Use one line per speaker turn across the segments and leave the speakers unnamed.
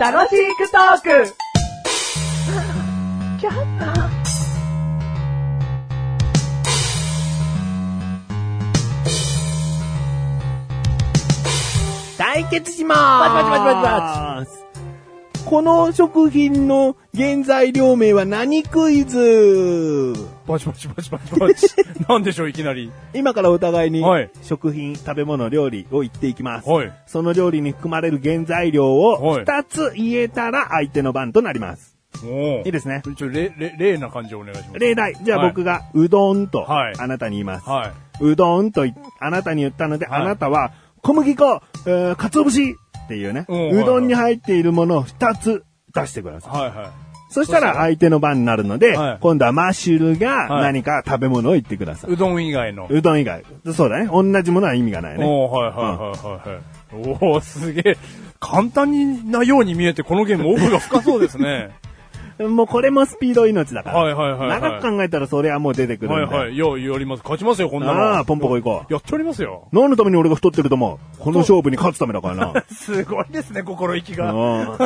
楽しくトーク
対決しまーすこの食品の原材料名は何クイズ
バチバチバチバチバチ。なんでしょう、いきなり。
今からお互いに
はい
食品、食べ物、料理を言っていきます。
はい
その料理に含まれる原材料
は
を
い
2つ言えたら相手の番となります。
お
いいですね。
ちょ、れ、れ、例な感じをお願いします。
例題。じゃあ
はい
僕が、うどんと、
はい
あなたに言います。
はいう
どんとい、あなたに言ったので、
はい
あなたは、小麦粉、えー、かつお節っていうね、
うん
うどんに入っているものを2つ出してください。
はいは
そしたら相手の番になるので、
はい
今度はマッシュルが
はい
何か食べ物を言ってください。
い。うどん以外の。
うどん以外。そうだね。同じものは意味がないね。
おーはいはいはいはいはい。おおすげえ。簡単になように見えて、このゲーム奥が深そうですね。
もうこれもスピード命だから。
はいはいはいはい
長く考えたらそれはもう出てくるんだよ
はいはい。ようやります。勝ちますよ、こんなの。
ああ、ポンポコ行こ
やっておりますよ。
う。何のために俺が太ってると思うこの勝負に勝つためだ からな。
すごいですね、心意気が。
うん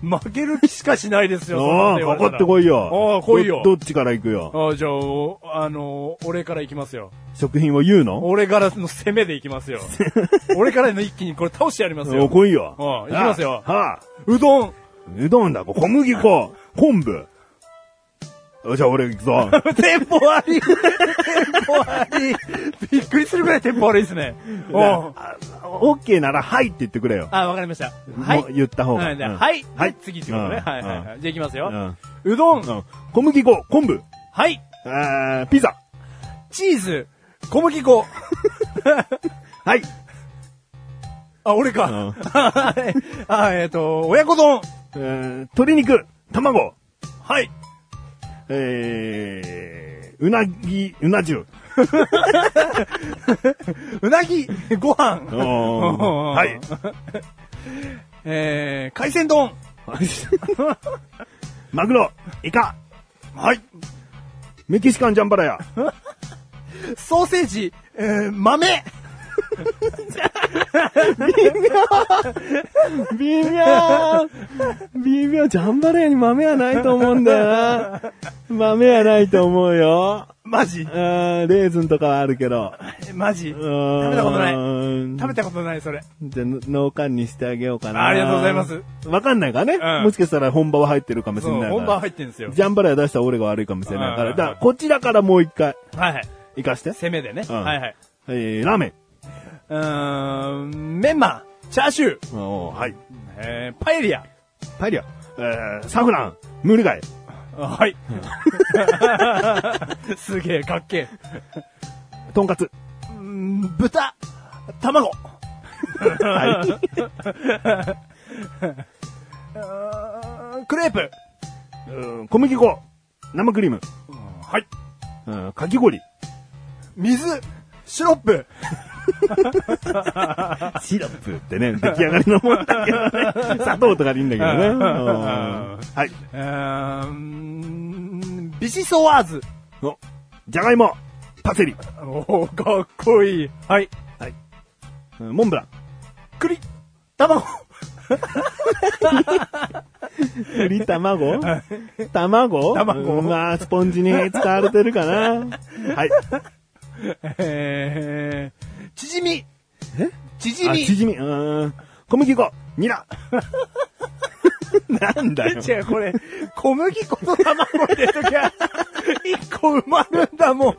負ける気しかしないですよ。
おー、かかってこいよ。
ああ、来いよ。
ど。どっちから行くよ。
ああ、じゃあ、おあのー、俺から行きますよ。
食品を言うの
俺からの攻めで行きますよ。 俺からの一気にこれ倒してやります
お
よ。
来いよ。
うん行きますよ
あはあ。
うどん。
うどんだ、小麦粉、昆 布。よじゃあ俺行くぞ。
テンポ悪い。テンポ悪い。びっくりするぐらいテンポ悪いですね。おう
あオッケーなら、はいって言ってくれよ。
あ、わかりました。は
も
い。
う言った方が。
はいじゃあ
うん
はい。
はい。
次ってことね。
うん
はいはいはい。じゃあ行きます
う
よ。
ん
うどん。
うん小麦粉、昆布、
はい。
あーピザ。
チーズ。小麦粉。
はい。
あ、俺か。
うん
はいあ、えっと、親子丼。
えー鶏肉、卵、
はい。
えー、うなぎ、うな重。
うなぎ。ご飯。
おーはい。
えー、海鮮丼。
マグロ、イカ、
はい。
メキシカンジャンバラヤ。
ソーセージ。えー、豆。
微妙微妙ジャンバラヤに豆はないと思うんだよな。豆はないと思うよ。
マジ
あ。ーレーズンとかはあるけど。
マジ。
う
食
ーん
べたことないべたことない、それ。
じゃあ、脳幹にしてあげようかな。
ありがとうございます。
わかんないからね、
うん
もしかしたら本場は入ってるかもし
そ、
れないうから。
本番入ってんですよ。
ジャンバラヤ出した俺が悪いかもしれないから。
うん
だから、こちらからもう一回、
はいはい。
行かして。
攻めでね。
うん
はいはい。
えー、ラーメン。
うーん、メンマ、チャーシュー、
おーはい。
えー、パエリア。
パエリア。えー、サフラン。ムール貝。
あはい。 すげえ、かっけ
トンカツ。
え。うーん豚、卵。
はい。
うーんクレープ。
うん小麦粉。生クリーム。
はい。
うんかき氷。
水、シロップ。
シロップってね、出来上がりのもんだけどね。砂糖とかでいいんだけどね。
うん
うんはい。
うーん、ビシソワーズ。
おじゃがいも。パセリ。
おーかっこいい。はい。
うんモンブ ラン。
栗、卵。
栗卵卵
卵
うんまあ、スポンジに使われてるかな。はい。
えー、縮み。
え
縮
あ
み。
チヂミ。うーん。小麦粉。ニ ラ。なんだよ。
違う、これ、小麦粉と卵入れときゃ、一個埋まるんだもん。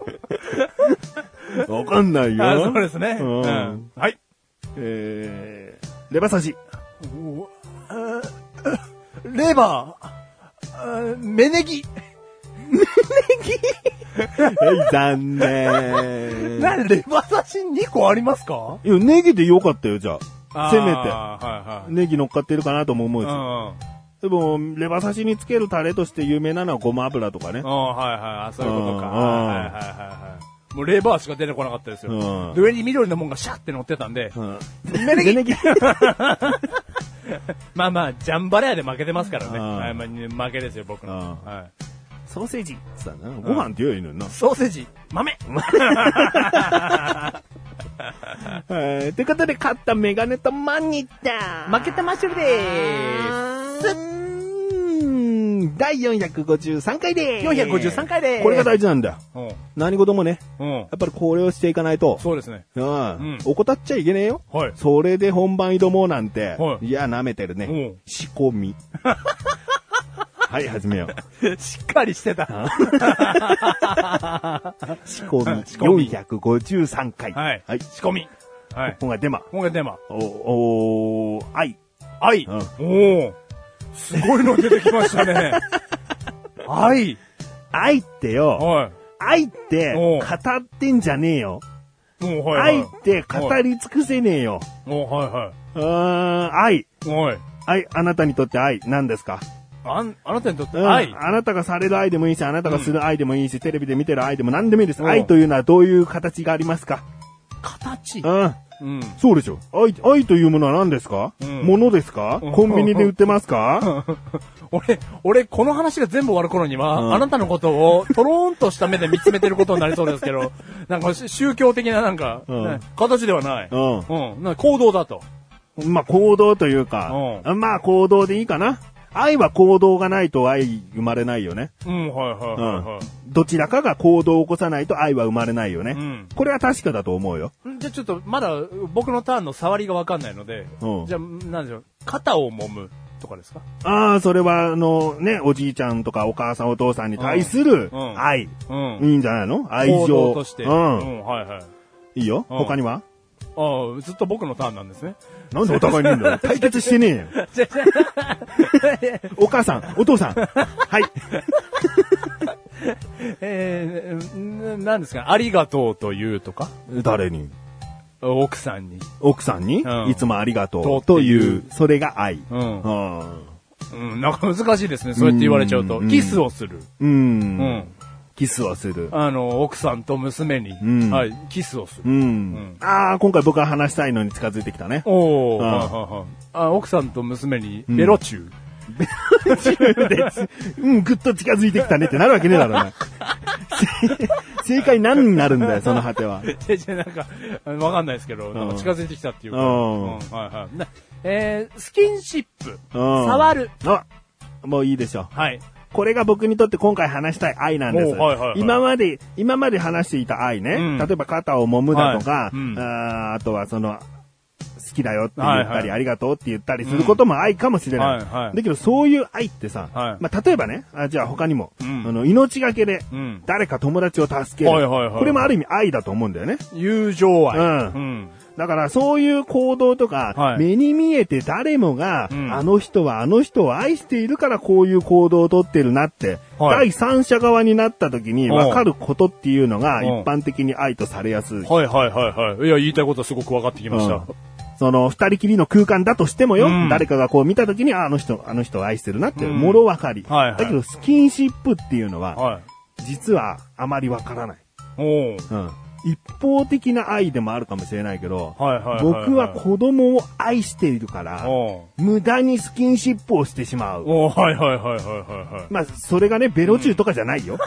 わかんないよ。
あ、そうですね。
う
うんん。はい。
えー、レバ刺し。
レバーあー、芽ネギ。
はい、残念。
な、レバ刺し2個ありますか
いや、ネギでよかったよ、じゃあ。せめて。
は
ネギ乗っかってるかなとも思う
い
し。
はい。
でも、レバ刺しにつけるタレとして有名なのはごま油とかね
うん。。はいはい。そういうこと
うん
か。はいはいはいはい。もうレバーしか出てこなかったですよ。
うん
で上に緑のもんがシャって乗ってたんで、
うん。
芽ネギ
ネギ。
まあまあ、ジャンバラヤで負けてますからね。
うん
はいまあ負けですよ、僕の。
うん
はい
ソーセージ。つったな。ご飯って言うよりのな。
ソーセージ、豆。
はいということで、勝ったメガネとマニタ
負けたマッシュルでーす。
うーん第453回でーす。
453回でーす。
これが大事なんだよ。
うん。
何事もね、
うん。
やっぱりこれをしていかないと、
そうですね。
うん
ん
怠っちゃいけねえよ。
はい
それで本番挑もうなんて、
はい
い、や、舐めてる
う
ね
ん。
仕込 み。はい、始めよう。
しっかりしてた。
仕込み。
仕込み
453回。
はい。
はい。
仕込み。はい。
本がデマ。
今回テーマ。
お、お、愛。
愛。
うん
おお。すごいの出てきましたね。愛。
愛ってよ、
は
愛って
お
語ってんじゃねえよ。
い。もうはい、
愛
は
っ
い。
て語り尽くせねえよ。
もうはいは
うーん、愛。
い。はい。
愛、あなたにとって愛、何ですか
あん、あなたにとって
うん
愛。
あなたがされる愛でもいいし、あなたがする愛でもいいし、テレビで見てる愛でも何でもいいです。
うん
愛というのはどういう形がありますか
形
うん。
うん。
そうでしょ。愛、愛というものは何ですか
うん
物ですか
うん
コンビニで売ってますか
俺、俺、この話が全部終わる頃には、
うん
あなたのことを、とろーんとした目で見つめてることになりそうですけど、なんか、し宗教的ななんか、
うん
ね形ではない。
う。
うんん。なんか行動だと。
まあ、行動というか、まあ、行動でいいかな。愛は行動がないと愛生まれないよね。
うん、はいはい
うん。
は
どちらかが行動を起こさないと愛は生まれないよね。
うん
これは確かだと思うよ。
いはい。じゃあちょっと、まだ、僕のターンの触りがわかんないので、
うん
じゃあ、なんでしょう、肩を揉むとかですか
ああ、それは、あの、ね、おじいちゃんとかお母さんお父さんに対する
うんうん
愛。
うん。
いいんじゃないの愛
行動
情。
として。
う
うん
ん。、
はいはい。
いいよ。
うん
他には
ああ、ずっと僕のターンなんですね。
なんでお互いにいんだ よ。対決してねえよ。お母さん、お父さん。はい。
えー、んなんですかありがとうと言うとか
誰に
奥さんに。
奥さんに、
うん
いつもありがと
と
うと
って
い、
いう
それが愛。
うん
うん。
うん、なんか難しいですね。そうやって言われちゃうと。
うん
キスをする。
う。
うんん。
キスをする。
あの、奥さんと娘に、
ん
はい、キスをす
う
る。
ん。
ん
ああ、今回僕は話したいのに近づいてきたね。
おお、
うん
はいはいはいあ奥さんと娘に、ベロチュー。
うん、ぐっと近づいてきたねってなるわけねえだろうな。 正解何になるんだよ、その果ては。
でじゃあなんか、あのわかんないですけど、なんか近づいてきたっていうか。
う
うんんはいはいなえー、スキンシップ。
うん
触る。
あ、もういいでしょ。
はい。
これが僕にとって今回話したい愛なんです。
おうはいはいはい
今まで、今まで話していた愛ね。
うん
例えば肩を揉むだとか、
はいうん
あーあとはその、好きだよって言ったり、
はいはい
ありがとうって言ったりすることも愛かもしれない。
うんはいはい
だけどそういう愛ってさ、
はい
まあ、例えばね、あじゃあ他にも、
うん
あの命がけで
うん
誰か友達を助ける、
はいはいはい
これもある意味愛だと思うんだよね。
友情愛。
うん
うん。
だからそういう行動とか、
はい
目に見えて誰もが、
うん
あの人はあの人を愛しているからこういう行動をとってるなって、
は
第
い
三者側になった時に
うん
分かることっていうのが
うん
一般的に愛とされやすい。
はいはいはいはい。いや、言いたいことはすごく分かってきまし
う
た
ん。その二人きりの空間だとしてもよ、
うん
誰かがこう見た時にああの人、あの人を愛してるなって、
うん
もろ分かり、
はいはい
だけどスキンシップっていうのは、
はい。
実はあまり分からない。
おお。
うん一方的な愛でもあるかもしれないけど、
はいはいはいはい
僕は子供を愛しているから、
お
無駄にスキンシップをしてしまう。
おはいはいはいはいはいはい。
まあ、それがね、ベロチューとかじゃないよ。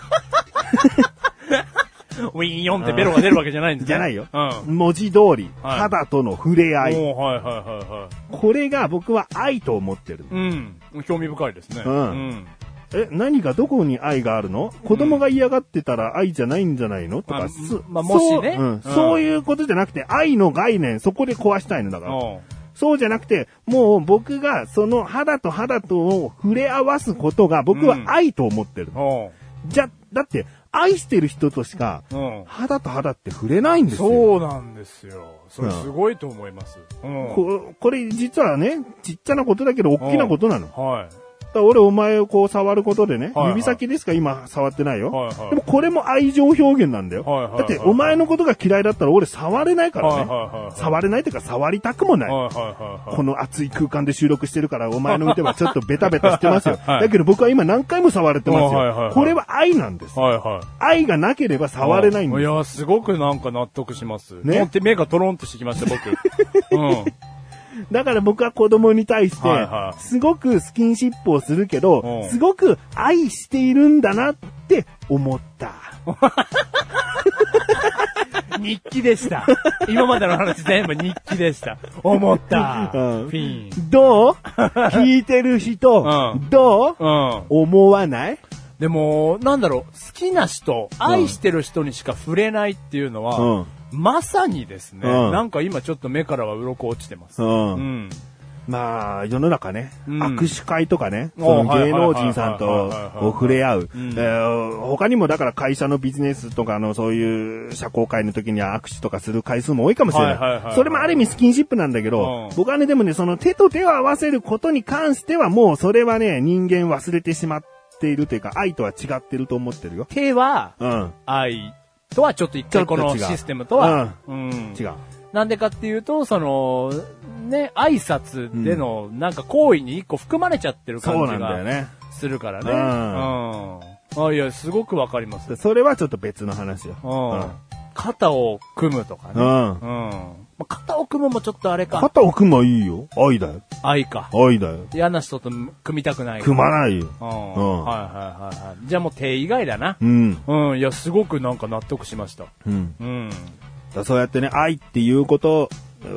ウィーンヨンってベロが出るわけじゃないんですね
じゃないよ
う。ん。
文字通り、
はい
肌との触れ合い。
おーはいはいはいはい。
これが僕は愛と思ってる。
うん。興味深いですね。
うん
うん。
え、何がどこに愛があるの子供が嫌がってたら愛じゃないんじゃないのと
ま
か、
あ
す
まあもしね
そううん
うん
そういうことじゃなくて、愛の概念、そこで壊したいのだから。
お
そうじゃなくて、もう僕がその肌と肌とを触れ合わすことが僕は愛と思ってる。
ーお
じゃ、だって愛してる人としか
ーうん。
肌と肌って触れないんですよ。
そうなんですよ。それすごいと思います。うん。
ここれ実はね、ちっちゃなことだけど大きなことなの。だか
はい。
ら俺お前をこう触ることでね、
はいはい
指先ですか今触ってないよ。
はいはい
でもこれも愛情表現なんだよ。
はいはいはい
だってお前のことが嫌いだったら俺触れないからね。
はいはいはい
触れないというか触りたくもない。
はいはいはいは い。
この暑い空間で収録してるから、お前の腕はちょっとベタベタしてますよ。
はい
だけど僕は今何回も触れてますよ。
はいはいはい
これは愛なんです。
はいはい。
愛がなければ触れないん
い
です。
や、すごくなんか納得します。
ね
ね。って目がトロンとしてきました、僕。 うん。
だから僕は子供に対して
はいは、い
すごくスキンシップをするけど、
うん
すごく愛しているんだなって思った。
日記でした。今までの話全部日記でした。思った。
うん
フィン。
どう聞いてる人、
うん
どう
うん。
思わない
でも、なんだろう、好きな人、愛してる人にしか触れないっていうのは、
うん
まさにですね、
うん
なんか今ちょっと目からは鱗落ちてます。
うん
うん。
まあ、世の中ね、
うん
握手会とかね、
お
その
はい
芸能人さん
はいはい
と
はいはいはい
こう触れ合う。え
うん
ー他にもだから会社のビジネスとかのそういう社交会の時には握手とかする回数も多いかもしれ
はいはいはい
な。
はいい
それもある意味スキンシップなんだけど
う、ん
僕はね、でもね、その手と手を合わせることに関してはもうそれはね、人間忘れてしまっているというか、愛とは違ってると思ってるよ。
手は、
うん。
愛とはちょっと一回こ
ちょっ
の
と違う
システムとは、うん。
違う。
なんでかっていうと、その、ね、挨拶での、なんか行為に一個含まれちゃってる
そ
感
うな
じ
んだよ
が
ね。
するからね。
う
うん。あ、いや、すごくわかります。
それはちょっと別の話よ。
うん。
うん
肩を組むとかね。
うん
うん。まあ肩を組むもちょっとあれか。
肩を組むはいいよ。愛だよ。
愛か。
愛だよ。
嫌な人と組みたくない。
組まないよ。
うん。はい
うん
はいはいはい。じゃあもう手以外だな。
うん。
うん。いや、すごくなんか納得しました。
うん。
うん。
だからそうやってね、愛っていうことを、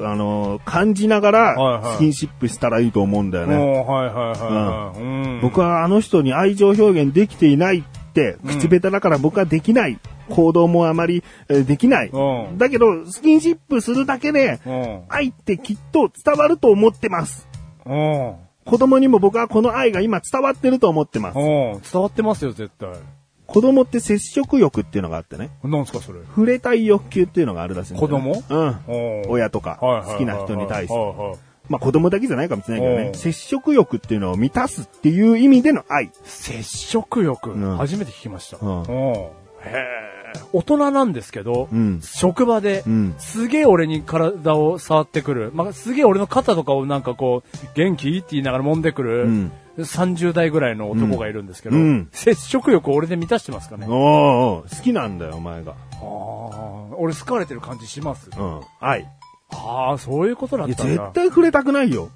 あのー感じなが
はい
ら
は、い
スキンシップしたらいいと思うんだよね。
もう、はいはいはいはい。うん。
僕はあの人に愛情表現できていないって、口下手だから僕はできない。行動もあまり、えーできない。
うん
だけど、スキンシップするだけで、
うん。
愛ってきっと伝わると思ってます。
うん。
子供にも僕はこの愛が今伝わってると思ってます。
うん。伝わってますよ、絶対。
子供って接触欲っていうのがあってね。
なんすか、それ。
触れたい欲求っていうのがあるらしいんだよね、
子
うん。
お
親とか、好きな人に対して。まあ子供だけじゃないかもしれないけど
う
ね、
ん
接触欲っていうのを満たすっていう意味での愛。
接触欲、
うん
初めて聞きました。
うん
うんへー大人なんですけど、
うん
職場で、
うん
すげえ俺に体を触ってくる、まあ、すげえ俺の肩とかをなんかこう、元気って言いながら揉んでくる、
うん
30代ぐらいの男がいるんですけど、
うんうん
接触欲を俺で満たしてますかね。
お
あ
ーおー好きなんだよ、お前が。
ー俺好かれてる感じします。
うん。愛。
ああ、そういうことだ
い
っ
や、
たんだ
絶。対触れたくないよ。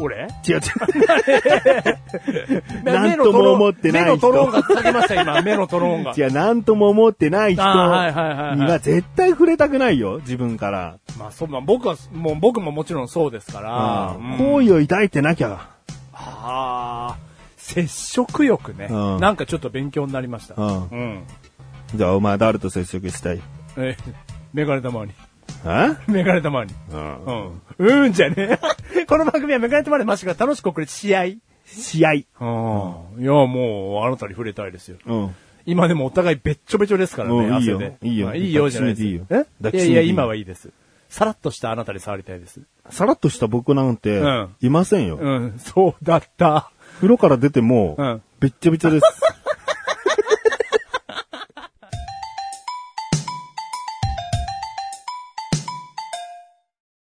俺
違う違 う。なんとも思ってない人
目のトローンがつなげました、今。目のトローンが。
違う、なんとも思ってない人に
あーはいはいはいはい
は絶対触れたくないよ、自分から。
まあそう、まあ僕は、もう僕ももちろんそうですから、うん
好意を抱いてなきゃ。
ああ、接触欲ね、
うん
なんかちょっと勉強になりました。
うん
うん。
じゃあ、お前誰と接触したい
え、メガネ玉に。
え
メガネ玉に。
うん
うん。うんじゃねえ。 この番組はメガネ玉でましが楽しく送れ、試合。
試合。
うん。いや、もう、あなたに触れたいですよ。
うん。
今でもお互いべっちょべちょですからね、
うんいい
汗
よ
で。
いいよ
まあいいよ、じゃないです。
抱きしめていい
え
よ抱きしめて
いや
いい
いや、今はいいです。さらっとしたあなたに触りたいです。
さらっとした僕なんて
うん、
いませんよ。
うん、そうだった。
風呂から出ても
うん、
べっちゃべちゃです。